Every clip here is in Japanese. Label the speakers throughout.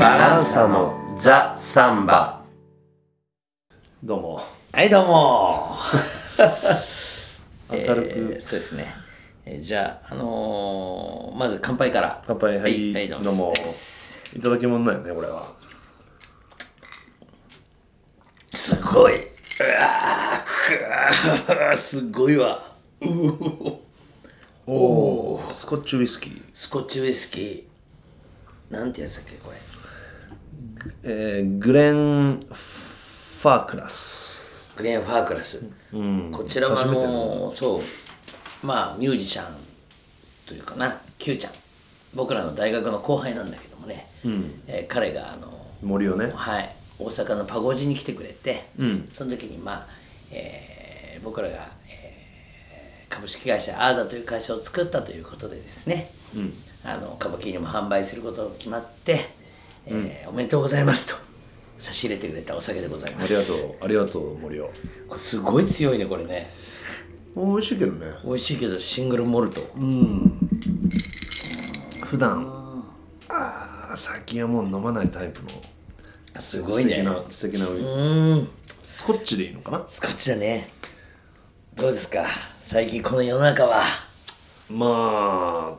Speaker 1: バランサのザ・サンバどうも
Speaker 2: はいどうも
Speaker 1: 明る
Speaker 2: えー
Speaker 1: く
Speaker 2: そうですね、えーじゃああのーまず乾杯から
Speaker 1: 乾杯はい、
Speaker 2: はい
Speaker 1: ど
Speaker 2: ど
Speaker 1: う
Speaker 2: う
Speaker 1: も
Speaker 2: も
Speaker 1: いただきもんなんやねこれは
Speaker 2: すごいうわーくわーすごいわうお
Speaker 1: おおスコッチウイスキー
Speaker 2: スコッチウイスキーなんてやつだっけこれ
Speaker 1: えー、グレン・ファークラス
Speaker 2: グレーン・ファークラス、こちらはあのーそうまあミュージシャンというかな Q ちゃん僕らの大学の後輩なんだけどもね、えー彼があのー
Speaker 1: 森をね
Speaker 2: はい、大阪のパゴジに来てくれて、その時に、まあえー僕らが、えー株式会社アーザという会社を作ったということでですね、あのカバキにも販売することが決まって、えーおめでとうございますと差し入れてくれたお酒でござい
Speaker 1: あ
Speaker 2: ま
Speaker 1: り
Speaker 2: す
Speaker 1: がとうありがとう森を
Speaker 2: これすごい強いねこれね
Speaker 1: 美味しいけどね
Speaker 2: 美味しいけどシングルモルト、
Speaker 1: 普段ああ最近はもう飲まないタイプの
Speaker 2: すごいね
Speaker 1: 素敵な素敵な、
Speaker 2: うん
Speaker 1: スコッチでいいのかな
Speaker 2: スコッチだねどうですか最近この世の中は
Speaker 1: ま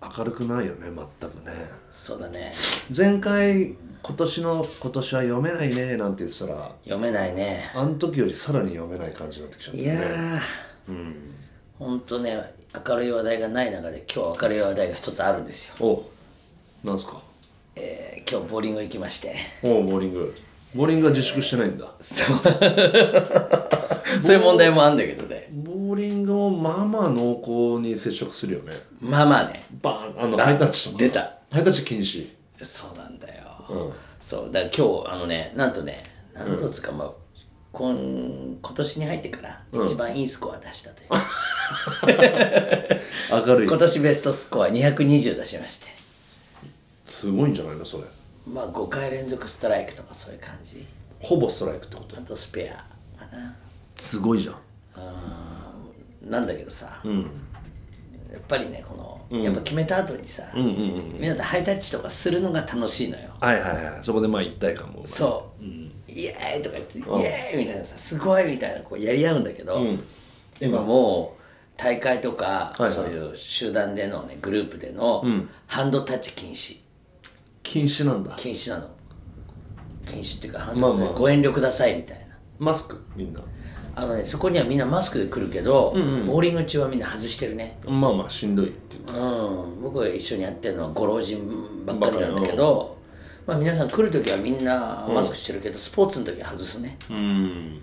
Speaker 1: あ明るくないよね全くね
Speaker 2: そうだね
Speaker 1: 前回今年の今年は読めないねなんて言ってたら
Speaker 2: 読めないね
Speaker 1: あの時よりさらに読めない感じになってきちゃった
Speaker 2: い
Speaker 1: ね
Speaker 2: やー、ほんとね、明るい話題がない中で、今日明るい話題が一つあるんですよ。
Speaker 1: おなんすか
Speaker 2: えー今日ボーリング行きまして。
Speaker 1: おボーリングボーリングは自粛してないんだ
Speaker 2: そうそういう問題もあるんだけどね。
Speaker 1: ボーリングもまあまあ濃厚に接触するよね
Speaker 2: まあまあね、
Speaker 1: バーンあのハイタッチとか
Speaker 2: 出た
Speaker 1: ハイタッチ禁止
Speaker 2: そうなんだよ。
Speaker 1: うん
Speaker 2: そう、だから今日、あのね、なんとね、なんとつか、まあ、今今年に入ってから、一番いいスコア出したという、
Speaker 1: 明るい
Speaker 2: 今年ベストスコア220出しまして、
Speaker 1: すごいんじゃないのそれ
Speaker 2: まあ5回連続ストライクとかそういう感じ。
Speaker 1: ほぼストライクってこと
Speaker 2: あとスペアかな。
Speaker 1: すごいじゃん
Speaker 2: なんだけどさ、やっぱりねこの、やっぱ決めた後にさ、みんなでハイタッチとかするのが楽しいのよ
Speaker 1: はいはいはいそこでまあ一体感も生まれる
Speaker 2: そう、イエーイとか言って、イエーイみたいなさすごいみたいなこうやり合うんだけど、今もう大会とか、
Speaker 1: はい
Speaker 2: そういう集団でのねグループでの、ハンドタッチ禁止
Speaker 1: 禁止なんだ
Speaker 2: 禁止なの禁止っていうかハン
Speaker 1: まあ
Speaker 2: ド、
Speaker 1: まあ
Speaker 2: ご遠慮くださいみたいな
Speaker 1: マスクみんな
Speaker 2: あのねそこにはみんなマスクで来るけど、ボーリング中はみんな外してるね
Speaker 1: まあまあしんどいっていうか
Speaker 2: うん、僕が一緒にやってるのはご老人ばっかりなんだけど、まあ、皆さん来る時はみんなマスクしてるけど、スポーツの時は外すね
Speaker 1: うん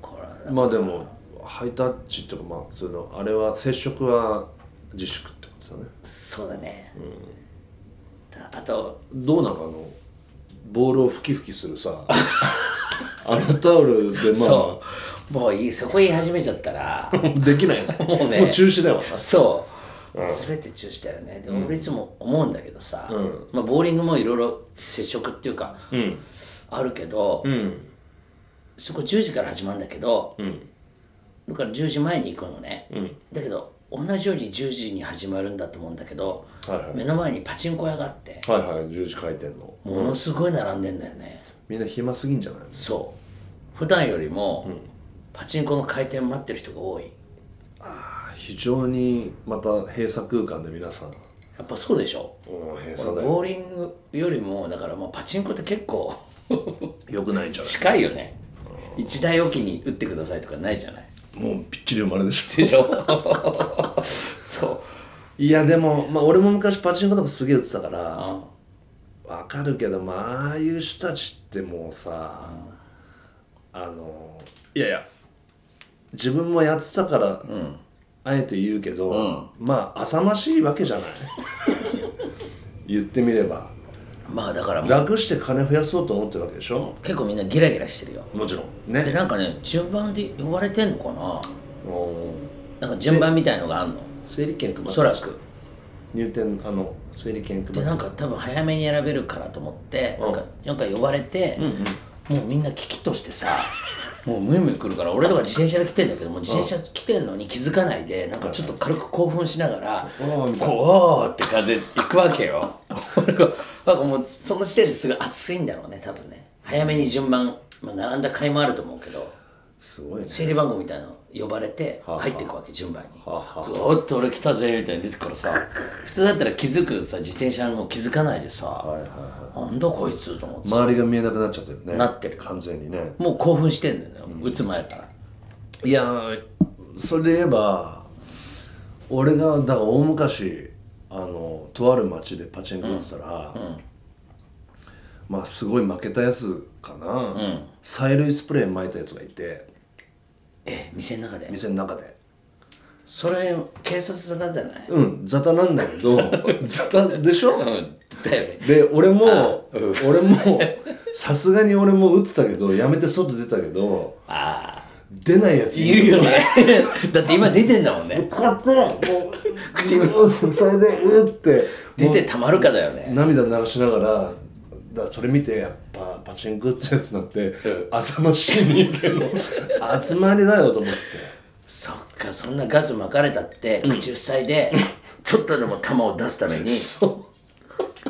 Speaker 2: これは
Speaker 1: まあでもハイタッチとかまあそのあれは接触は自粛ってことだね
Speaker 2: そうだね、だあと
Speaker 1: どうなのあのボールをふきふきする さあのタオルでまあ
Speaker 2: そうもういいそこ言い始めちゃった ら
Speaker 1: できないよね
Speaker 2: もうね
Speaker 1: 中止だよ
Speaker 2: そう、全て中止だよねで俺いつも思うんだけどさ、まあ、ボーリングもいろいろ接触っていうか、あるけど、そこ10時から始まるんだけど、だから10時前に行くのね、だけど同じように10時に始まるんだと思うんだけど、
Speaker 1: はいはい
Speaker 2: 目の前にパチンコ屋があって
Speaker 1: はいはい十字回転の
Speaker 2: ものすごい並んでんだよね、
Speaker 1: みんな暇すぎんじゃないの
Speaker 2: そう普段よりもパチンコの開店待ってる人が多い
Speaker 1: 非常にまた閉鎖空間で皆さん
Speaker 2: やっぱそうでしょ
Speaker 1: うん閉鎖だよ
Speaker 2: ボーリングよりもだからまあパチンコって結構
Speaker 1: よくないんじゃな
Speaker 2: 近いよね一台おきに打ってくださいとかないじゃない
Speaker 1: いもうびっちり生まれでしょ
Speaker 2: でしょそう
Speaker 1: いやでも、まあ、俺も昔パチンコとかすげえ打ってたからわかるけどまあああいう人たちってもうさ、あのいやいや自分もやってたから、あえて言うけど、まあ浅ましいわけじゃない 言ってみれば
Speaker 2: まあだからもう
Speaker 1: 楽して金増やそうと思ってるわけでしょ
Speaker 2: 結構みんなギラギラしてるよ
Speaker 1: もちろん
Speaker 2: で
Speaker 1: ね
Speaker 2: なんかね順番で呼ばれてんのか
Speaker 1: おー
Speaker 2: ななんか順番みたいのがあんの
Speaker 1: 整理券配って
Speaker 2: おそらく
Speaker 1: 入店あの整理券配って
Speaker 2: でなんか多分早めに選べるからと思ってなんかなんか呼ばれて、もうみんな危機としてさもうむよむよ来るから俺とか自転車で来てんだけども自転車来てんのに気づかないでなんかちょっと軽く興奮しながら「
Speaker 1: おーみたいな
Speaker 2: こうおー」って感じで行くわけよ なんかもうその時点ですごい熱いんだろうね多分ね早めに順番、まあ、並んだ回もあると思うけど
Speaker 1: すごいね
Speaker 2: 整理番号みたいなの呼ばれて
Speaker 1: はあ
Speaker 2: 入っていくわけ順番に「
Speaker 1: はあはあ
Speaker 2: おっと俺来たぜ」みたいに出てくから さ普通だったら気づくさ自転車の気づかないでさ「なんだこいつ」と思ってさ
Speaker 1: 周りが見えなくなっちゃってるね
Speaker 2: なってる
Speaker 1: 完全にね
Speaker 2: もう興奮してんだよね打つ前から。
Speaker 1: いやーそれで言えば俺がだから大昔あのとある町でパチンコ打ってたら、まあすごい負けたやつかな、催涙スプレー撒いたやつがいて
Speaker 2: え店の中で
Speaker 1: 店の中で
Speaker 2: それ警察だったじゃない
Speaker 1: うん雑多なんだけど雑多でしょ
Speaker 2: うんだよね
Speaker 1: で俺も、俺もさすがに俺も打ってたけどやめて外出たけど
Speaker 2: ああ
Speaker 1: 出ないやつ
Speaker 2: いるよ ねだって今出てんだもんね
Speaker 1: 買ってもう
Speaker 2: 口
Speaker 1: うんそれでうって
Speaker 2: 出てたまるかだよね
Speaker 1: 涙流しながらだからそれ見てやっぱパチンコ打つやつなんて
Speaker 2: ん
Speaker 1: 浅ましい人間の集まりだよと思って
Speaker 2: そっかそんなガス巻かれたって口塞いでちょっとでも弾を出すために
Speaker 1: そ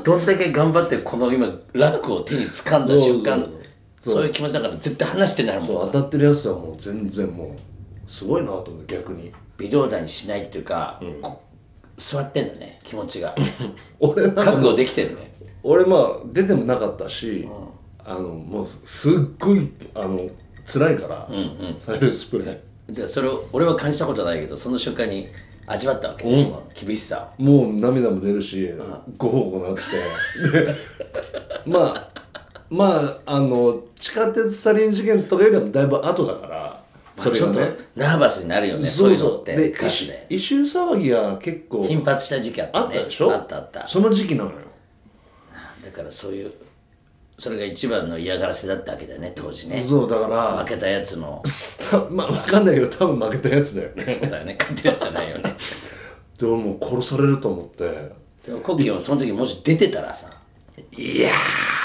Speaker 2: どんだけ頑張ってこの今ラックを手に掴んだ瞬間
Speaker 1: そうそうそう
Speaker 2: そういう気持ちだから絶対話してないうもん
Speaker 1: 当たってるやつはもう全然もうすごいなと思って逆に
Speaker 2: 微動だにしないっていうかこ座ってんだね気持ちが
Speaker 1: 俺なんか
Speaker 2: 覚悟できてるね
Speaker 1: 俺まあ出てもなかったし、あのもうすっごいあの辛いから、サイレンスプレー
Speaker 2: でそれを俺は感じたことないけどその瞬間に味わったわけね、その厳しさを
Speaker 1: もう涙も出るし、ごほごほなってでまあまああの地下鉄サリン事件とかよりもだいぶ後だからそれ
Speaker 2: ち
Speaker 1: が
Speaker 2: ょっと
Speaker 1: ね
Speaker 2: ナーバスになるよねそういうのって
Speaker 1: で
Speaker 2: 歌詞で
Speaker 1: 異異臭騒ぎが結構
Speaker 2: 頻発した時期あった
Speaker 1: あ
Speaker 2: ね
Speaker 1: ったでしょ
Speaker 2: あったあった
Speaker 1: その時期なのよ
Speaker 2: だからそういうそれが一番の嫌がらせだったわけだよね当時ね
Speaker 1: そうだから
Speaker 2: 負けたやつの
Speaker 1: たまあわかんないけど多分負けたやつだよね
Speaker 2: そうだよね勝てるやつじゃないよ ね
Speaker 1: で俺もう殺されると思って
Speaker 2: でもコッキーはその時もし出てたらさ
Speaker 1: いや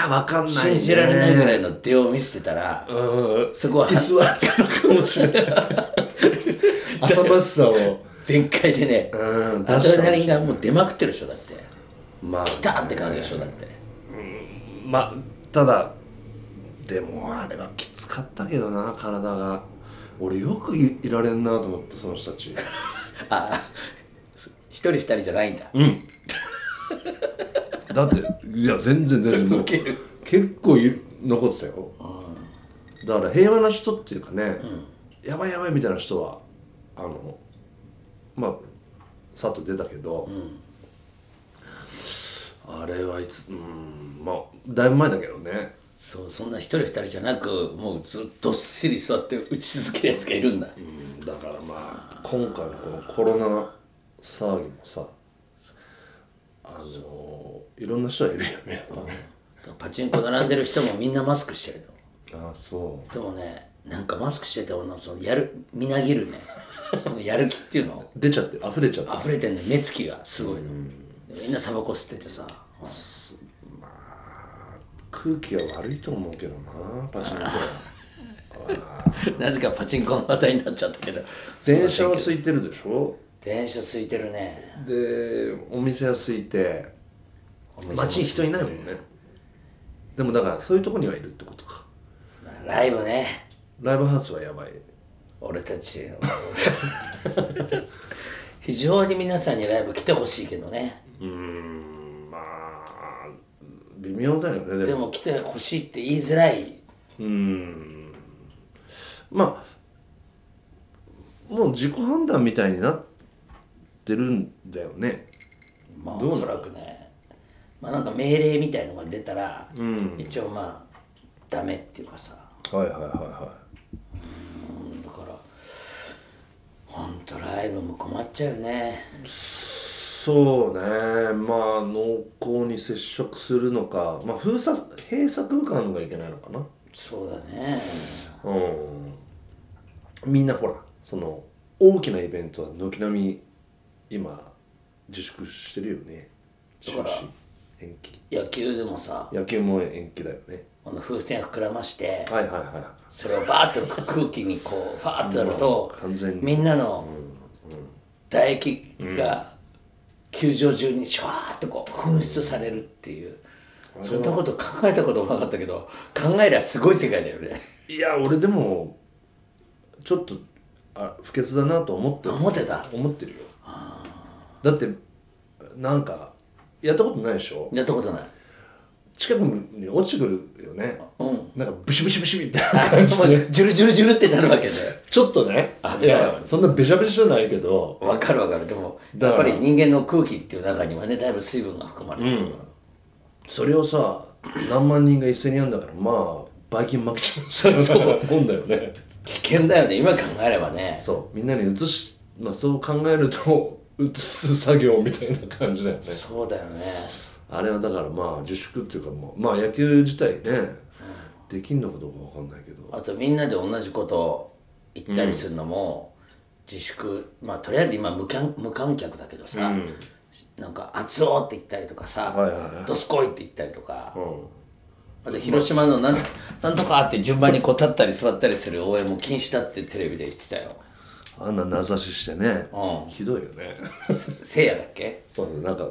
Speaker 1: ーわかんない、ね、
Speaker 2: 信じられないぐらいの出を見せてたら
Speaker 1: うん
Speaker 2: そこは
Speaker 1: 居座ってたかもしれ ない浅ましさを
Speaker 2: 全開でね
Speaker 1: うん
Speaker 2: アドレナリンがもう出まくってるでしょだって
Speaker 1: まあ
Speaker 2: 来たって感じでしょだって
Speaker 1: まあただでもあれはきつかったけどな体が俺よくいいられんなと思ってその人たち
Speaker 2: ああ一人二人じゃないんだ、
Speaker 1: だっていや全然全然もう
Speaker 2: ウケる
Speaker 1: 結構い残ってたよだから平和な人っていうかね、やばいやばいみたいな人はあのまあさっと出たけど、あれはいつうんまあだいぶ前だけどね
Speaker 2: そうそんな一人二人じゃなくもうずっとどっしり座って打ち続けるやつがいるんだ、
Speaker 1: うんだからまあ今回のこのコロナ騒ぎもさあのいろんな人はいるよね、
Speaker 2: パチンコ並んでる人もみんなマスクしてるの
Speaker 1: ああそう
Speaker 2: でもねなんかマスクしててもなそのやるみなぎるねこのやる気っていうの
Speaker 1: 出ちゃってる溢れちゃって
Speaker 2: 溢
Speaker 1: る
Speaker 2: れてんね目つきがすごいの、みんなタバコ吸っててさ
Speaker 1: 空気は悪いと思うけどなパチンコは
Speaker 2: なぜかパチンコの話題になっちゃったけど
Speaker 1: 電車は空いてるでしょ
Speaker 2: 電車空いてるね
Speaker 1: でお店は空いて
Speaker 2: お店も
Speaker 1: 街に人いないもんねでもだからそういうとこにはいるってことか
Speaker 2: ライブね
Speaker 1: ライブハウスはやばい
Speaker 2: 俺た ち非常に皆さんにライブ来てほしいけどね
Speaker 1: うんまあ微妙だよねで
Speaker 2: で
Speaker 1: も
Speaker 2: も来てほしいって言いづらい
Speaker 1: まあもう自己判断みたいになってるんだよね
Speaker 2: まあおそらくねまあなんか命令みたいのが出たら、一応まあダメっていうかさ
Speaker 1: はいはいはいは
Speaker 2: だからほんとライブも困っちゃうよね
Speaker 1: いそうねまあ濃厚に接触するのかまあ封鎖閉鎖空間がいけないのかな
Speaker 2: そうだね
Speaker 1: うんみんなほらその大きなイベントは軒並み今自粛してるよね中
Speaker 2: だから
Speaker 1: 止延期
Speaker 2: 野球でもさ
Speaker 1: 野球も延期だよね
Speaker 2: この風船膨らまして
Speaker 1: はいはいは
Speaker 2: それをバーッと空気にこうファーッとやると
Speaker 1: うん完全に
Speaker 2: みんなの唾液が球場中にシュワーッとこう噴出されるっていうそんなこと考えたこともなかったけど考えりゃすごい世界だよね
Speaker 1: いいや俺でもちょっとあ不潔だなと思ってる
Speaker 2: 思ってた
Speaker 1: 思ってるよだってなんかやったことないでしょ
Speaker 2: やったことない
Speaker 1: 近くに落ちてくるよね
Speaker 2: うん
Speaker 1: なんかブシブシブシみたいな感じ
Speaker 2: も
Speaker 1: で
Speaker 2: うジュルジュルジュルってなるわけで
Speaker 1: ちょっとね
Speaker 2: あ
Speaker 1: いやそんなべしゃべしゃじゃないけど
Speaker 2: わかるわかるでも
Speaker 1: だ
Speaker 2: やっ
Speaker 1: か
Speaker 2: ぱ
Speaker 1: ら
Speaker 2: り人間の空気っていう中にはねだいぶ水分が含まれてるから、
Speaker 1: それをさ何万人が一斉にやるんだからまあばい菌まきちゃう
Speaker 2: そう
Speaker 1: 今だよね
Speaker 2: 危険だよね今考えればね
Speaker 1: そうみんなに移し、まあ、そう考えると移す作業みたいな感じだよね
Speaker 2: そうだよね
Speaker 1: あれはだからまあ自粛っていうかもうまあ野球自体ねできんのかどうかわかんないけど
Speaker 2: あとみんなで同じことを言ったりするのも、自粛まあとりあえず今無観無観客だけどさ、なんか「熱お!」って言ったりとかさ
Speaker 1: はいはいは
Speaker 2: どすこい!」って言ったりとか、
Speaker 1: ん
Speaker 2: あと広島のなん「なんとか!」って順番にこう立ったり座ったりする応援も禁止だってテレビで言ってたよ
Speaker 1: あんな名指ししてね、
Speaker 2: う
Speaker 1: ひどいよね
Speaker 2: せいやだっけ
Speaker 1: そうだねなんか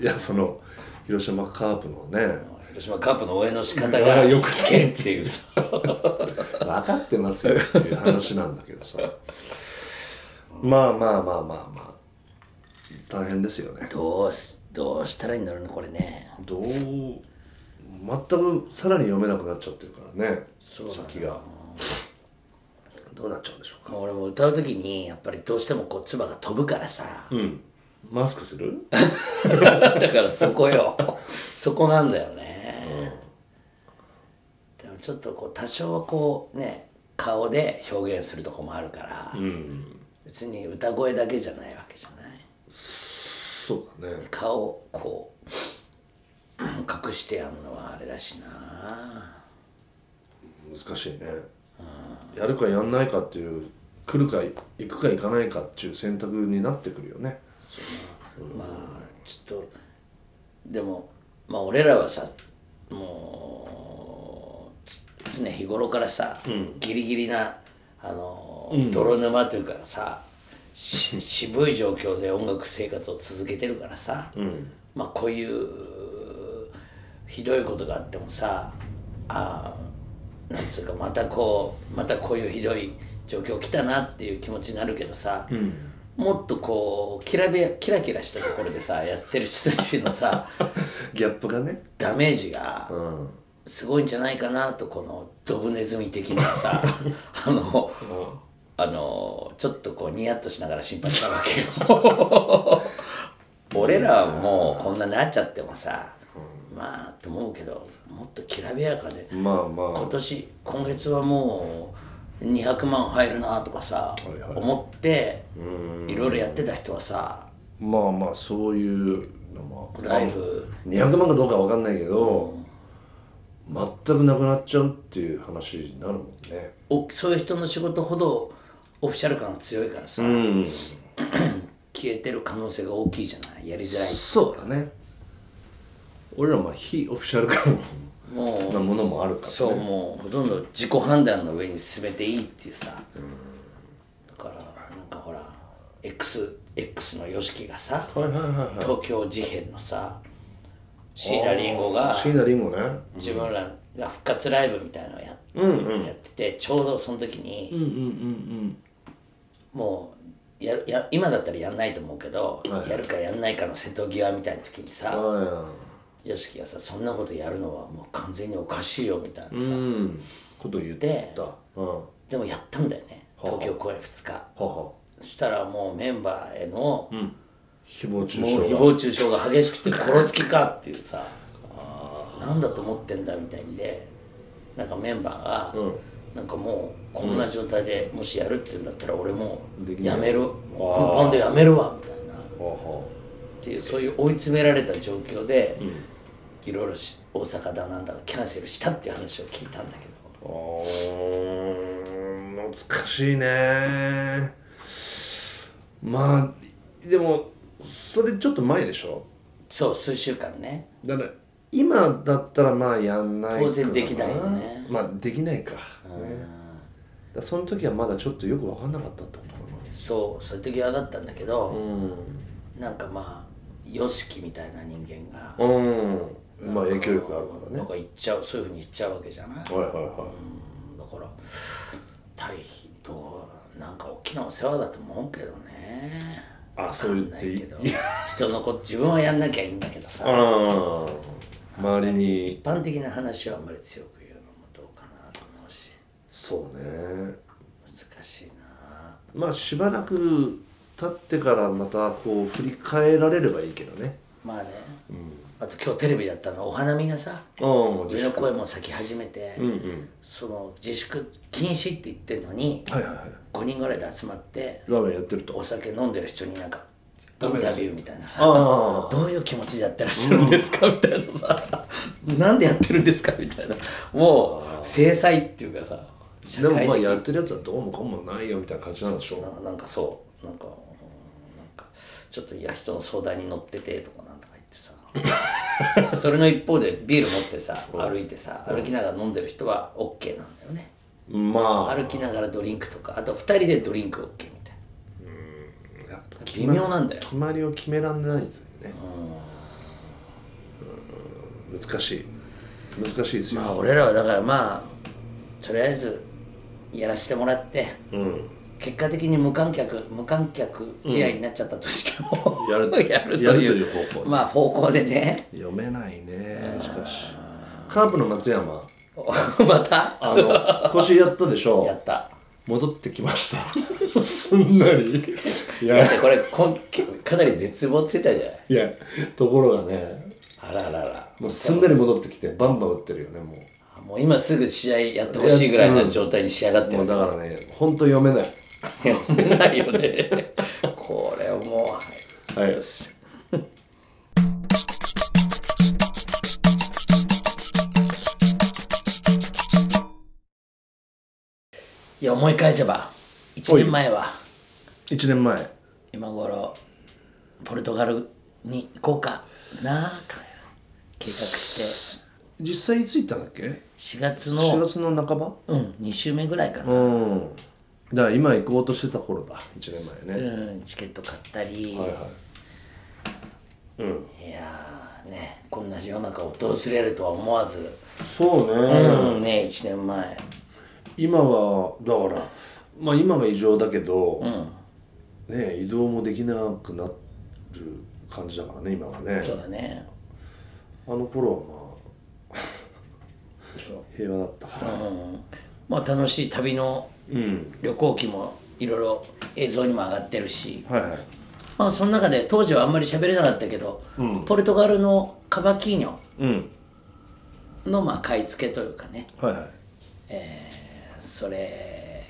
Speaker 1: いやその広島カープのね
Speaker 2: 広島カープの応援の仕方
Speaker 1: う
Speaker 2: が
Speaker 1: わよく
Speaker 2: 危険っていうさ
Speaker 1: 分かってますよっていう話なんだけどさまあまあまあまあまあ大変ですよね
Speaker 2: どうすどうしたらいいんだろうねこれね
Speaker 1: どう全くさらに読めなくなっちゃってるからね
Speaker 2: そうだな
Speaker 1: 先がどうなっちゃうんでしょうか
Speaker 2: 俺も歌う時にやっぱりどうしてもこう唾が飛ぶからさ、
Speaker 1: うんマスクする
Speaker 2: だからそこよそこなんだよね、でもちょっとこう多少はこうね顔で表現するとこもあるから、別に歌声だけじゃないわけじゃない
Speaker 1: そうだね
Speaker 2: 顔をこううん隠してやるのはあれだしな
Speaker 1: 難しいねやるかやんないかっていう来るか行くか行かないかっていう選択になってくるよね
Speaker 2: まあちょっとでもまあ俺らはさもうつ常日頃からさ、ギリギリなあの、泥沼というかさし渋い状況で音楽生活を続けてるからさ、まあこういうひどいことがあってもさあーなんつうかまたこうまたこういうひどい状況来たなっていう気持ちになるけどさ、もっとこうキラビキラキラしたところでさやってる人たちのさ
Speaker 1: ギャップがね
Speaker 2: ダメージが
Speaker 1: うん
Speaker 2: すごいんじゃないかなとこのドブネズミ的な さあの、あのちょっとこうニヤッとしながら心配したわけ よ俺らはもうこんなになっちゃってもさ、まあと思うけどもっときらびやかで
Speaker 1: まあま
Speaker 2: 今
Speaker 1: あ
Speaker 2: 年今月はもう200万入るなとかさ、
Speaker 1: いはい
Speaker 2: 思っていろいろやってた人はさ
Speaker 1: まあまあそういうのも
Speaker 2: ライブ
Speaker 1: 200万かどうかわかんないけど、全くなくなっちゃうっていう話になるもんね
Speaker 2: おそういう人の仕事ほどオフィシャル感が強いからさ、
Speaker 1: うん
Speaker 2: 消えてる可能性が大きいじゃないやりづ
Speaker 1: そうだね俺らまあ非オフィシャル感
Speaker 2: らいも
Speaker 1: なものもあるか
Speaker 2: う
Speaker 1: ら
Speaker 2: そうもうほとんど自己判断の上に進めていいっていうさ、だからなんかほら X, X の YOSHIKI がさ、
Speaker 1: はいはいはいはい
Speaker 2: 東京事変のさ椎名林檎が
Speaker 1: 椎名林檎ね
Speaker 2: 自分らが復活ライブみたいなのをや,、やっててちょうどその時に、もうやるや今だったらやんないと思うけど、やるかやんないかの瀬戸際みたいな時にさ、
Speaker 1: は
Speaker 2: YOSHIKI がさそんなことやるのはもう完全におかしいよみたいなさ、
Speaker 1: いうんこと言って
Speaker 2: で
Speaker 1: たうんは
Speaker 2: でもやったんだよね東京公演2日
Speaker 1: は
Speaker 2: そしたらもうメンバーへの、も
Speaker 1: 誹謗中
Speaker 2: う
Speaker 1: 傷
Speaker 2: 誹
Speaker 1: が
Speaker 2: 謗中傷が激しくて殺す気かっていうさなんだと思ってんだみたいんでなんかメンバーが、なんかもうこんな状態でもしやるって言うんだったら俺も
Speaker 1: でき
Speaker 2: う
Speaker 1: ない
Speaker 2: やめるもうこのバンドやめるわみたいな
Speaker 1: はは
Speaker 2: っていうそういう追い詰められた状況で、いろいろし大阪だなんだがキャンセルしたっていう話を聞いたんだけど
Speaker 1: あー難しいねまあでもそれちょっと前でしょ
Speaker 2: そう数週間ね
Speaker 1: だから今だったらまあやんないかな
Speaker 2: 当然できないよね
Speaker 1: まあできないか,、ね、だからその時はまだちょっとよく分かんなかったってことか
Speaker 2: そうそういう時はだったんだけど、
Speaker 1: な
Speaker 2: なんかまあ YOSHIKI みたいな人間が、
Speaker 1: うん、うん、まあ影響力あるからね
Speaker 2: なんか言っちゃうそういうふうに言っちゃうわけじゃない、
Speaker 1: はいはいは
Speaker 2: うんだから大飛となんか大きなお世話だと思うけどね
Speaker 1: あそう言っ
Speaker 2: な
Speaker 1: てい
Speaker 2: い
Speaker 1: い
Speaker 2: けど人のこと自分はやんなきゃいいんだけどさ
Speaker 1: ああ周りに
Speaker 2: 一般的な話はあんまり強く言うのもどうかなと思うし
Speaker 1: そうね
Speaker 2: 難しいな
Speaker 1: まあしばらく経ってからまたこう振り返られればいいけどね
Speaker 2: まあね、あと今日テレビだったのお花見がさ
Speaker 1: ああ
Speaker 2: 上の声も咲き始めて、
Speaker 1: うんうん
Speaker 2: その自粛禁止って言ってんのに
Speaker 1: はいはいはい
Speaker 2: 5人ぐらいで集まって
Speaker 1: ラーメンやってると
Speaker 2: お酒飲んでる人になんかインタビューみたいなさ
Speaker 1: あ
Speaker 2: どういう気持ちでやってらっしゃるんですかみたいな さなんでやってるんですかみたいなもう制裁っていうかさ
Speaker 1: あでもまあやってるやつはどうもこうもないよみたいな感じなんでしょ
Speaker 2: ななんかそうなんかうんなんかちょっといや人の相談に乗っててとかなんとか言ってさ それの一方でビール持ってさ歩いてさ歩きながら飲んでる人は OK なんだよね
Speaker 1: まあ
Speaker 2: 歩きながらドリンクとかあと2人でドリンク OK みたい
Speaker 1: やっぱ決
Speaker 2: 微
Speaker 1: ま
Speaker 2: 妙なんだよ
Speaker 1: 決まりを決めらんないですよねうん難しい難しいですよ、
Speaker 2: な、まあ、俺らはだからまあとりあえずやらせてもらって
Speaker 1: うん
Speaker 2: 結果的に無観客無観客試合になっちゃったとしても、
Speaker 1: やる
Speaker 2: やると
Speaker 1: やると
Speaker 2: い
Speaker 1: いうう方向
Speaker 2: まあ方向でね
Speaker 1: 読めないねしかしカープの松山
Speaker 2: また
Speaker 1: あ の腰やったでし
Speaker 2: や
Speaker 1: ょ
Speaker 2: った
Speaker 1: 戻ってきました すんなりいや
Speaker 2: だってこれこん結構かなり絶望してたじゃない
Speaker 1: いやところがね
Speaker 2: あららら
Speaker 1: もうすんなり戻ってきてバンバン打ってるよねもう
Speaker 2: もう今すぐ試合やってほしいぐらいの状態に仕上がってる
Speaker 1: もうだからね本当読めない
Speaker 2: 読め ないよねこれもう
Speaker 1: はい
Speaker 2: いや思い返せば1年前は
Speaker 1: 1年前
Speaker 2: 今頃ポルトガルに行こうかなと計画して
Speaker 1: 実際いつ行ったんだっけ
Speaker 2: 4月
Speaker 1: 4
Speaker 2: の
Speaker 1: 月の半ば
Speaker 2: うん2週目ぐらいかな、
Speaker 1: うんだから今行こうとしてた頃だ1年前ね
Speaker 2: うん、チケット買ったり、
Speaker 1: はいはい
Speaker 2: いやーねこんな世の中を訪れるとは思わず
Speaker 1: そう
Speaker 2: う
Speaker 1: ね
Speaker 2: んね1年前
Speaker 1: 今はだからまあ今が異常だけど、ね移動もできなくなる感じだからね今はね
Speaker 2: そうだね
Speaker 1: あの頃はまあ 平和だったから
Speaker 2: うんまあ楽しい旅の
Speaker 1: うん
Speaker 2: 旅行記もいろいろ映像にも上がってるし
Speaker 1: はいはい
Speaker 2: まあその中で当時はあんまり喋れなかったけど、ポルトガルのカバキーニョ
Speaker 1: うん
Speaker 2: のまあ買い付けというかね
Speaker 1: はいはい
Speaker 2: それ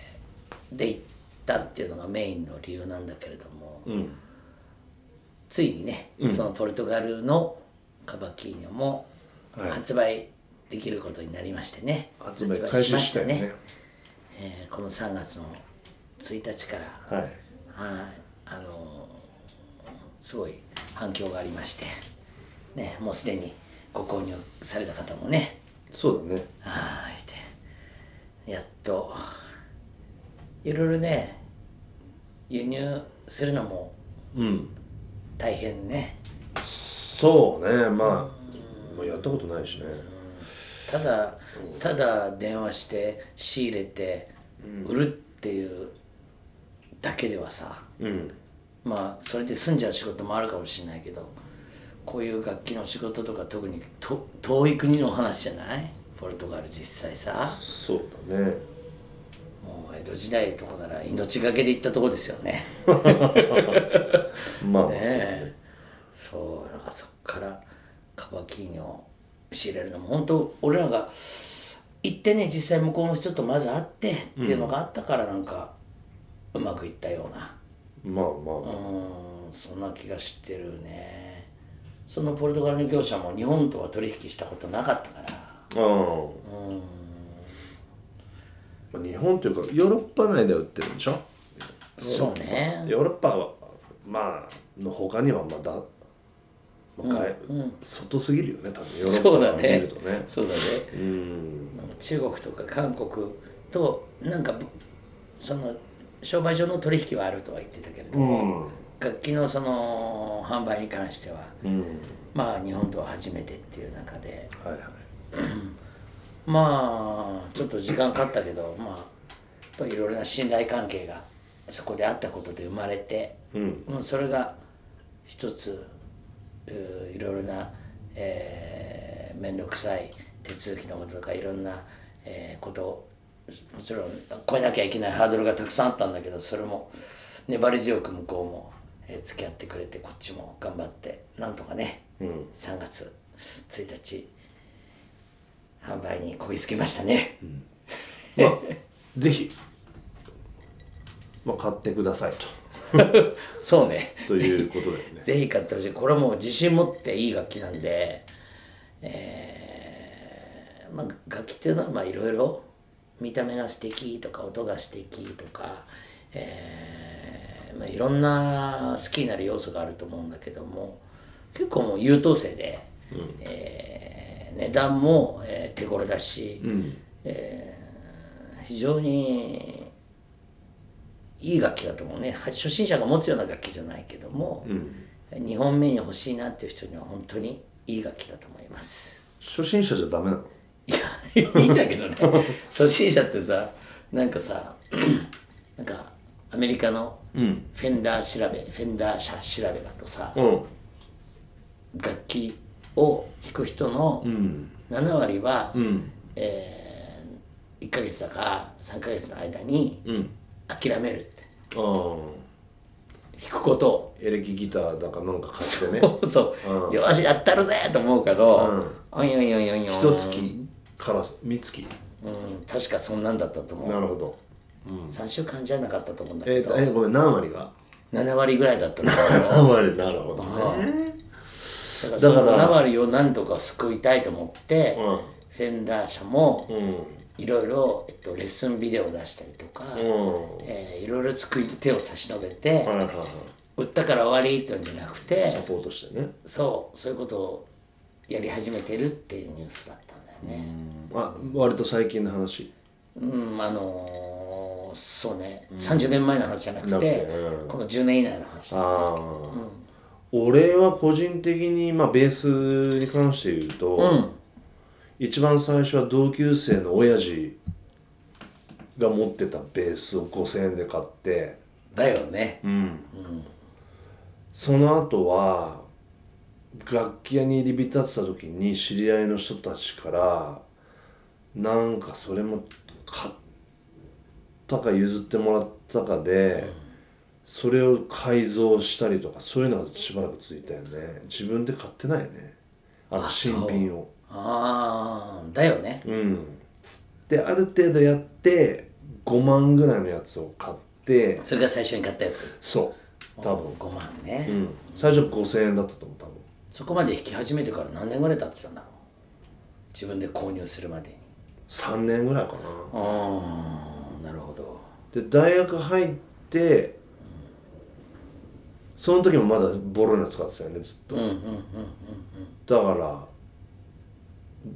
Speaker 2: で行ったっていうのがメインの理由なんだけれども、
Speaker 1: ん
Speaker 2: ついにね、そのポルトガルのカバキーニョも
Speaker 1: はい
Speaker 2: 発売できることになりましてね、
Speaker 1: 集め開始したよね
Speaker 2: えーこの3月の1日から
Speaker 1: はい
Speaker 2: はいあのーすごい反響がありまして、ね、もうすでにご購入された方もね
Speaker 1: そうだね
Speaker 2: はーいてやっといろいろね輸入するのも
Speaker 1: うん
Speaker 2: 大変ね
Speaker 1: そうねまあ、まあやったことないしね
Speaker 2: ただただ電話して仕入れて売るっていうだけではさ
Speaker 1: うん
Speaker 2: まあそれで済んじゃう仕事もあるかもしれないけどこういう楽器の仕事とか特にと遠い国の話じゃないポルトガル実際さ
Speaker 1: そうだね
Speaker 2: もう江戸時代とかなら命がけで行ったとこですよね
Speaker 1: まあまあそう
Speaker 2: ねえそうなんかそっからカバキーニを仕入れるのも本当俺らが行ってね実際向こうの人とまず会ってっていうのがあったからなんか、うまくいったような
Speaker 1: まあまあまあ、
Speaker 2: うんそんな気がしてるねそのポルトガルの業者も日本とは取引したことなかったから
Speaker 1: うん、日本というかヨーロッパ内では売ってるんでしょ
Speaker 2: そうね
Speaker 1: ヨーロッパはまあの他にはまだまあ外外すぎるよね多分ヨーロ
Speaker 2: そう
Speaker 1: ッパ
Speaker 2: だ
Speaker 1: を見
Speaker 2: ね
Speaker 1: るとね
Speaker 2: そうだね
Speaker 1: うん
Speaker 2: 中国とか韓国となんかぶその商売上の取引はあるとは言ってたけれども、
Speaker 1: うん
Speaker 2: 楽器のその販売に関しては
Speaker 1: うん
Speaker 2: まあ日本とは初めてっていう中で
Speaker 1: はいはい
Speaker 2: まあちょっと時間かかったけどまあやっぱいろいろな信頼関係がそこであったことで生まれて、
Speaker 1: うん
Speaker 2: うんそれが一つうーいろいろな、えー、面倒くさい手続きのこととかいろんな、えーこともちろん越えなきゃいけないハードルがたくさんあったんだけどそれも粘り強く向こうも、えー付き合ってくれてこっちも頑張ってなんとかね、
Speaker 1: うん
Speaker 2: 3月1日販売にこぎつけましたね、
Speaker 1: まあぜひ、まあ、買ってください
Speaker 2: そうね
Speaker 1: とということだよ ね
Speaker 2: ぜひ買ってほしいこれはもう自信持っていい楽器なんで、えーまあ、楽器っていうのはまあいろいろ見た目が素敵とか音が素敵とか、えーまあ、いろんな好きになる要素があると思うんだけども結構もう優等生で、えー値段も、えー手頃だし、えー非常にいい楽器だと思うねは初心者が持つような楽器じゃないけども、2本目に欲しいなっていう人には本当にいい楽器だと思います
Speaker 1: 初心者じゃダメなの
Speaker 2: いやいいんだけどね初心者ってさなんかさ なんかアメリカのフェンダー調べ、フェンダー社調べだとさ、
Speaker 1: うん
Speaker 2: 楽器を弾く人の7割は、え1ヶ月だか3ヶ月の間に諦めるって
Speaker 1: あ
Speaker 2: 弾くことを。
Speaker 1: エレキギターだかなんか買ってね
Speaker 2: そう、よしやったるぜと思うけど、おんよんよんよんよん
Speaker 1: 一月から三月
Speaker 2: うん確かそんなんだったと思
Speaker 1: な
Speaker 2: う
Speaker 1: るほど
Speaker 2: 3週間じゃなかったと思うんだ
Speaker 1: え
Speaker 2: け
Speaker 1: っ、
Speaker 2: ど、
Speaker 1: とえごめん何割が
Speaker 2: 7割ぐらいだったと思うよ
Speaker 1: 何割なるほどね
Speaker 2: だからその7割を何とか救いたいと思って、
Speaker 1: うん
Speaker 2: フェンダー社も
Speaker 1: うん
Speaker 2: いろいろ、えっと、レッスンビデオを出したりとか、
Speaker 1: うん
Speaker 2: えーいろいろ救いの手を差し伸べて、
Speaker 1: はいはいはい
Speaker 2: 売ったから終わりってんじゃなくて
Speaker 1: サポートしてね
Speaker 2: そうそういうことをやり始めてるっていうニュースだったんだよね。
Speaker 1: あ割と最近の話
Speaker 2: うんあのーそうね、30年前の話じゃなくて
Speaker 1: なくてう
Speaker 2: この10年以内の話
Speaker 1: ああ、俺は個人的に、まあ、ベースに関して言うと、一番最初は同級生の親父が持ってたベースを5000円で買って
Speaker 2: だよね、
Speaker 1: その後は楽器屋に入り浸ってた時に知り合いの人たちからなんかそれも買ったか譲ってもらったかで、それを改造したりとかそういうのがしばらく続いたよね自分で買ってないよねあの新品を
Speaker 2: ああだよね、
Speaker 1: うんである程度やって5万ぐらいのやつを買って
Speaker 2: それが最初に買ったやつ
Speaker 1: そう多分、
Speaker 2: 5万ね、
Speaker 1: うん、最初5000円だったと思う多分
Speaker 2: そこまで弾き始めてから何年ぐらい経ってたんだろう自分で購入するまでに
Speaker 1: 3年ぐらいかな
Speaker 2: うーんなるほど
Speaker 1: で大学入ってその時もまだボローニャ使ってたよねずっと、だから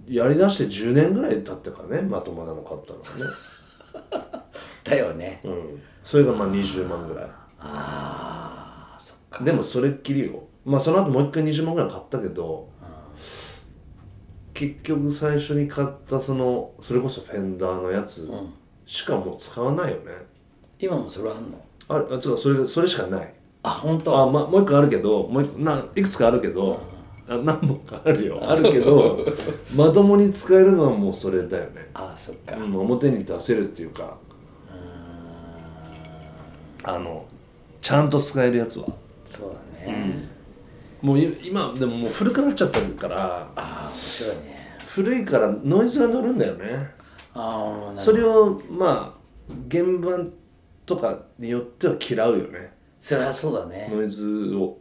Speaker 1: やりだして10年ぐらい経ってからねまともなの買ったのはね、
Speaker 2: だよね、
Speaker 1: うん、それがまあ20万ぐらい
Speaker 2: ああそっか
Speaker 1: でもそれっきりよまあその後もう一回20万ぐらい買ったけど結局最初に買ったそのそれこそフェンダーのやつしかもう使わないよね、
Speaker 2: 今もそれあんの
Speaker 1: あれあ違うそれそれしかない
Speaker 2: あ本当
Speaker 1: あ、ま、もう一個あるけどもう一個ないくつかあるけど、あ何本かあるよあるけどまともに使えるのはもうそれだよね、
Speaker 2: ああそっか、
Speaker 1: うん、表に出せるっていうかあのちゃんと使えるやつは
Speaker 2: そうだね、
Speaker 1: もうい今でももう古くなっちゃってるから
Speaker 2: ああ面白いね
Speaker 1: 古いからノイズが乗るんだよね
Speaker 2: ああなるほど
Speaker 1: それをまあ現場とかによっては嫌うよね
Speaker 2: それはそうだね、
Speaker 1: ノイズを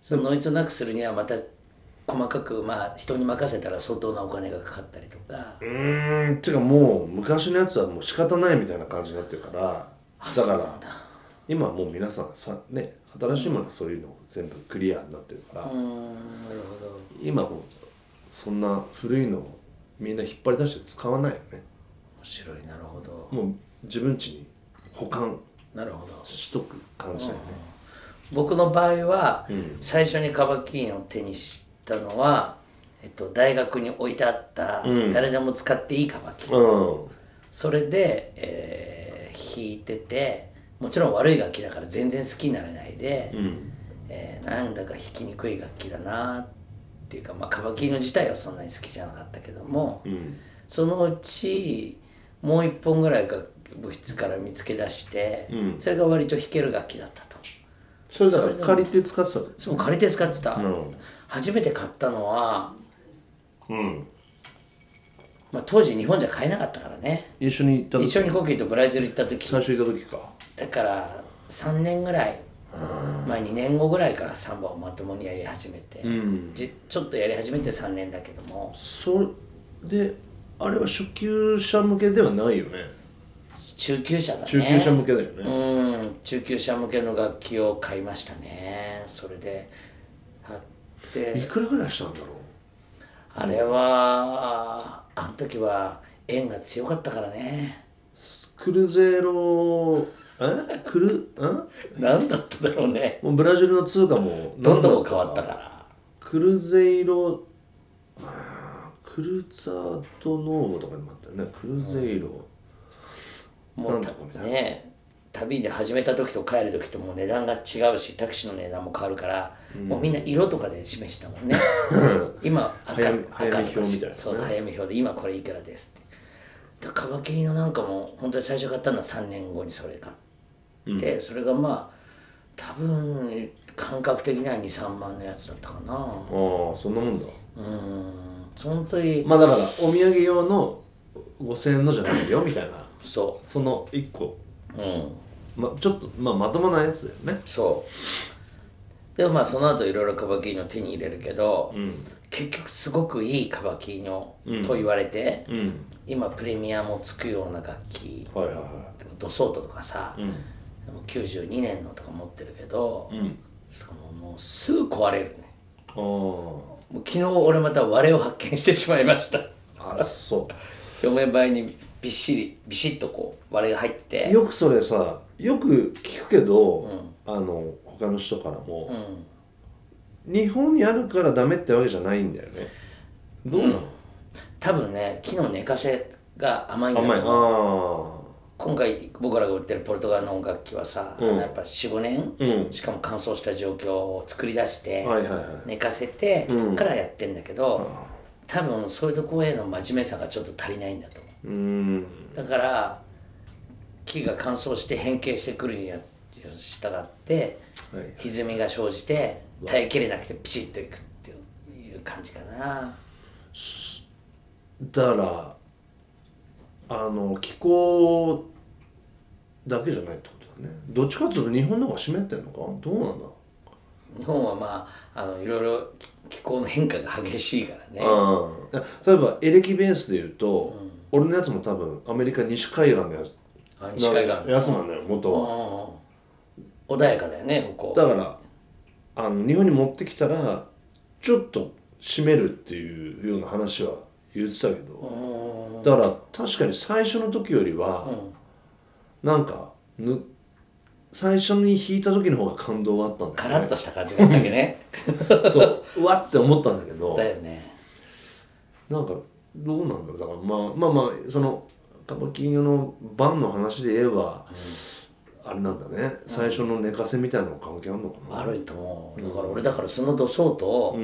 Speaker 2: そのノイズをなくするにはまた細かくまあ人に任せたら相当なお金がかかったりとか、
Speaker 1: うーんてかもう昔のやつはもう仕方ないみたいな感じになってるからだから今はもう皆さんさ、ね、新しいものはそういうの全部クリアになってるから、
Speaker 2: うんなるほど
Speaker 1: 今もうそんな古いのをみんな引っ張り出して使わないよね
Speaker 2: 面白いなるほど
Speaker 1: もう自分家に保管
Speaker 2: なるほど
Speaker 1: しとく感じだよね、
Speaker 2: 僕の場合は、
Speaker 1: ん
Speaker 2: 最初にカバキリンを手にしたのは、えっと、大学に置いてあった、
Speaker 1: うん
Speaker 2: 誰でも使っていいカバキリン
Speaker 1: うん
Speaker 2: それで、えー弾いててもちろん悪い楽器だから全然好きになれないで、
Speaker 1: うん
Speaker 2: えーなんだか弾きにくい楽器だなっていうか、まあ、カバキリン自体はそんなに好きじゃなかったけども、
Speaker 1: うん
Speaker 2: そのうちもう一本ぐらい楽部室から見つけ出して、
Speaker 1: うん
Speaker 2: それが割と弾ける楽器だったと。
Speaker 1: それだから借りて使ってたの
Speaker 2: そう借りて使ってた、
Speaker 1: ん
Speaker 2: 初めて買ったのは、
Speaker 1: うん
Speaker 2: まあ、当時日本じゃ買えなかったからね
Speaker 1: 一緒に行った
Speaker 2: 一
Speaker 1: 時
Speaker 2: 緒にコキーとブラジル行った時
Speaker 1: 最初行った時か
Speaker 2: だから3年ぐらいまあ2年後ぐらいからサンバをまともにやり始めて、
Speaker 1: ん
Speaker 2: じちょっとやり始めて3年だけども
Speaker 1: それであれは初級者向けではないよね
Speaker 2: 中級者だね
Speaker 1: 中級者向けだよね
Speaker 2: うん中級者向けの楽器を買いましたねそれで買って
Speaker 1: いくらぐらいしたんだろう
Speaker 2: あれはあの時は縁が強かったから ね
Speaker 1: クルゼロえクルん
Speaker 2: 何だっただろうね
Speaker 1: もうブラジルの通貨も
Speaker 2: どんどん変わったから
Speaker 1: クルゼイロあークルザードノーボとかにもあったよねクルゼイロ、
Speaker 2: も
Speaker 1: な
Speaker 2: うん
Speaker 1: だ
Speaker 2: た
Speaker 1: かみたいな
Speaker 2: ね旅で始めた時と帰る時ともう値段が違うしタクシーの値段も変わるから、もうみんな色とかで示してたも んね今赤
Speaker 1: 早め
Speaker 2: 赤とか
Speaker 1: 早め表みたいなね
Speaker 2: そうそう早め表で今これいくらですってだからカバキリのなんかも本当に最初買ったのは3年後にそれ買って、それがまあ多分感覚的には23万のやつだったかな
Speaker 1: ああそんなもんだ
Speaker 2: うんその時、
Speaker 1: まあだからお土産用の5000円のじゃないよ みたいな
Speaker 2: そ
Speaker 1: その1個、
Speaker 2: ううん
Speaker 1: ま、ちょっと、まあ、まともなやつだよね
Speaker 2: そうでもまあその後いろいろカバキーニョ手に入れるけど、結局すごくいいカバキーニョと言われて、
Speaker 1: うん
Speaker 2: 今プレミアもつくような楽器
Speaker 1: はいはいは
Speaker 2: ドソートとかさ、
Speaker 1: ん
Speaker 2: もう92年のとか持ってるけど、
Speaker 1: ん
Speaker 2: そのもうすぐ壊れるね
Speaker 1: い
Speaker 2: もう昨日俺また割れを発見してしまいました
Speaker 1: あああそ
Speaker 2: 表面板にびっしりビシッとこう割れが入って
Speaker 1: う
Speaker 2: て
Speaker 1: よくそれさよく聞くけど、あの他の人からも、日本にあるからダメってわけじゃないんだよねどうなの、
Speaker 2: 多分ね木の寝かせが甘いんだと
Speaker 1: 甘いあ
Speaker 2: 思う
Speaker 1: あ
Speaker 2: 今回僕らが売ってるポルトガルの音楽器はさ、あのやっぱ45年、
Speaker 1: うん
Speaker 2: しかも乾燥した状況を作り出して、
Speaker 1: はいはいはい
Speaker 2: 寝かせてからやってんだけど、多分そういうとこへの真面目さがちょっと足りないんだと思
Speaker 1: うーん
Speaker 2: うだから木が乾燥して変形してくるには従って
Speaker 1: はいはい
Speaker 2: 歪みが生じて耐えきれなくてピシッといくっていう感じかな
Speaker 1: だからあの気候だけじゃないってことだねどっちかっていうと日本の方が湿ってんのかどうなんだ
Speaker 2: 日本はまああのいろいろ気候の変化が激しいからね
Speaker 1: うん例えばエレキベースでいうと、俺のやつも多分アメリカ西海岸のやつ
Speaker 2: あ西海岸
Speaker 1: やつなんだよ元は
Speaker 2: 穏やかだよねそこ
Speaker 1: だからあの日本に持ってきたらちょっと湿めるっていうような話は言ってたけどだから確かに最初の時よりは、なんかぬ最初に弾いた時の方が感動はあったんだ
Speaker 2: カ
Speaker 1: よ
Speaker 2: ラッとした感じがあったっけね
Speaker 1: そううわって思ったんだけど
Speaker 2: だよね
Speaker 1: なんかどうなんだろうだからまあまあまあそのカバキリノのバンの話で言えば、あれなんだね最初の寝かせみたいなの関係あるのかな、
Speaker 2: 悪いと思うだから俺だからその土相とを、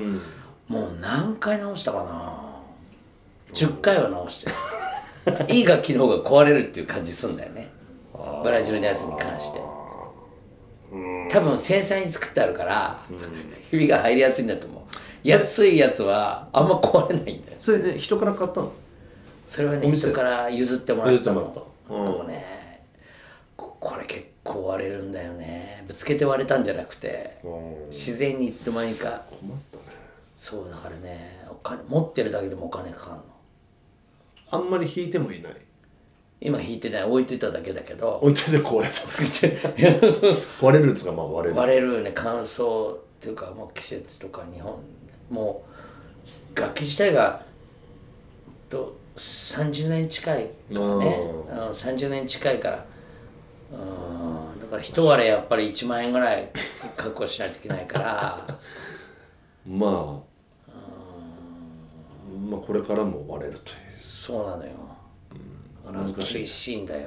Speaker 2: もう何回直したかな10回は直してるいい楽器の方が壊れるっていう感じすんだよねブラジルのやつに関して多分繊細に作ってあるから、ひびが入りやすいんだと思う安いやつはあんま壊れないんだよ
Speaker 1: それね人から買ったの
Speaker 2: それはね
Speaker 1: お店
Speaker 2: 人から譲ってもらったの
Speaker 1: 譲ってもらったうん
Speaker 2: もうねここれ結構割れるんだよねぶつけて割れたんじゃなくて自然にいつの間にか
Speaker 1: 困ったね
Speaker 2: そうだからねお金持ってるだけでもお金かかるの
Speaker 1: あんまり弾いてもいない
Speaker 2: 今引いてない置いてただけだけ ど
Speaker 1: 置いててこうやって割れるんですかまあ割れる
Speaker 2: 割れるね乾燥っていうかもう季節とか日本もう楽器自体がと30年近いからね、うん、30年近いからうんだから一割れやっぱり1万円ぐらい確保しないといけないから
Speaker 1: まあまあこれからも割れるという
Speaker 2: そうなのよ難しいんだよね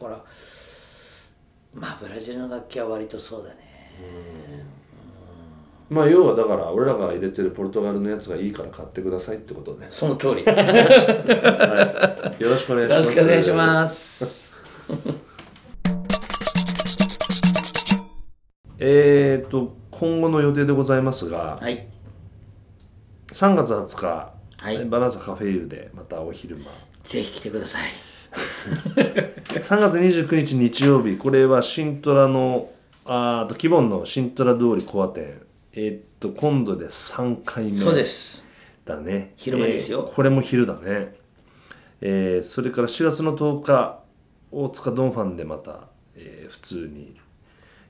Speaker 2: だからまあブラジルの楽器は割とそうだね
Speaker 1: まあ要はだから俺らが入れてるポルトガルのやつがいいから買ってくださいってこと ね
Speaker 2: その通 り、
Speaker 1: はい、よろしくお願いし
Speaker 2: よ
Speaker 1: ます
Speaker 2: ろしくお願いします
Speaker 1: えっと今後の予定でございますが、
Speaker 2: はい、
Speaker 1: 3月20日、
Speaker 2: はい、
Speaker 1: バランサカフェユーでまたお昼間
Speaker 2: ぜひ来てください
Speaker 1: 3月29日日曜日これは新虎のあとキボンの新虎通りコア店えー、っと今度で3回目
Speaker 2: そうです
Speaker 1: だね
Speaker 2: 昼間ですよ、
Speaker 1: えー、これも昼だねえー、それから4月の10日大塚ドンファンでまた、えー、普通に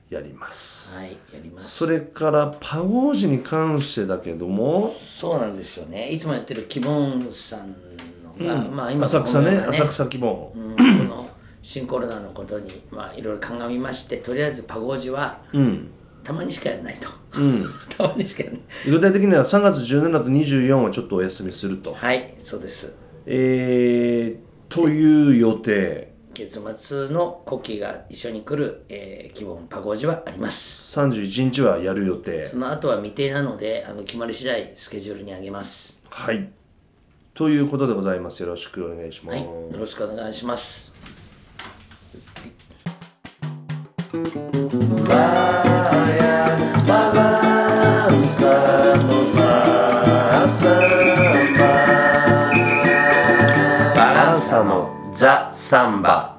Speaker 1: やります
Speaker 2: はいやります
Speaker 1: それからパゴージに関してだけども
Speaker 2: そうなんですよねいつもやってるキボンさんうん、まあ今、ね、
Speaker 1: 浅草ね浅草希望、
Speaker 2: うん、この新コロナのことにまあいろいろ鑑みましてとりあえずパゴージは、
Speaker 1: うん、
Speaker 2: たまにしかやらないと、
Speaker 1: うん、
Speaker 2: たまにしかやらない
Speaker 1: 具体的には3月17と24はちょっとお休みすると
Speaker 2: はいそうです
Speaker 1: えー、という予定
Speaker 2: 月末のコキが一緒に来る、えー、希望パゴージはあります
Speaker 1: 31日はやる予定
Speaker 2: その後は未定なのであの決まり次第スケジュールにあげます
Speaker 1: はいということでございます。よろしくお願いします。はい、
Speaker 2: よろしくお願いします。
Speaker 3: バランサのザ・サンバ。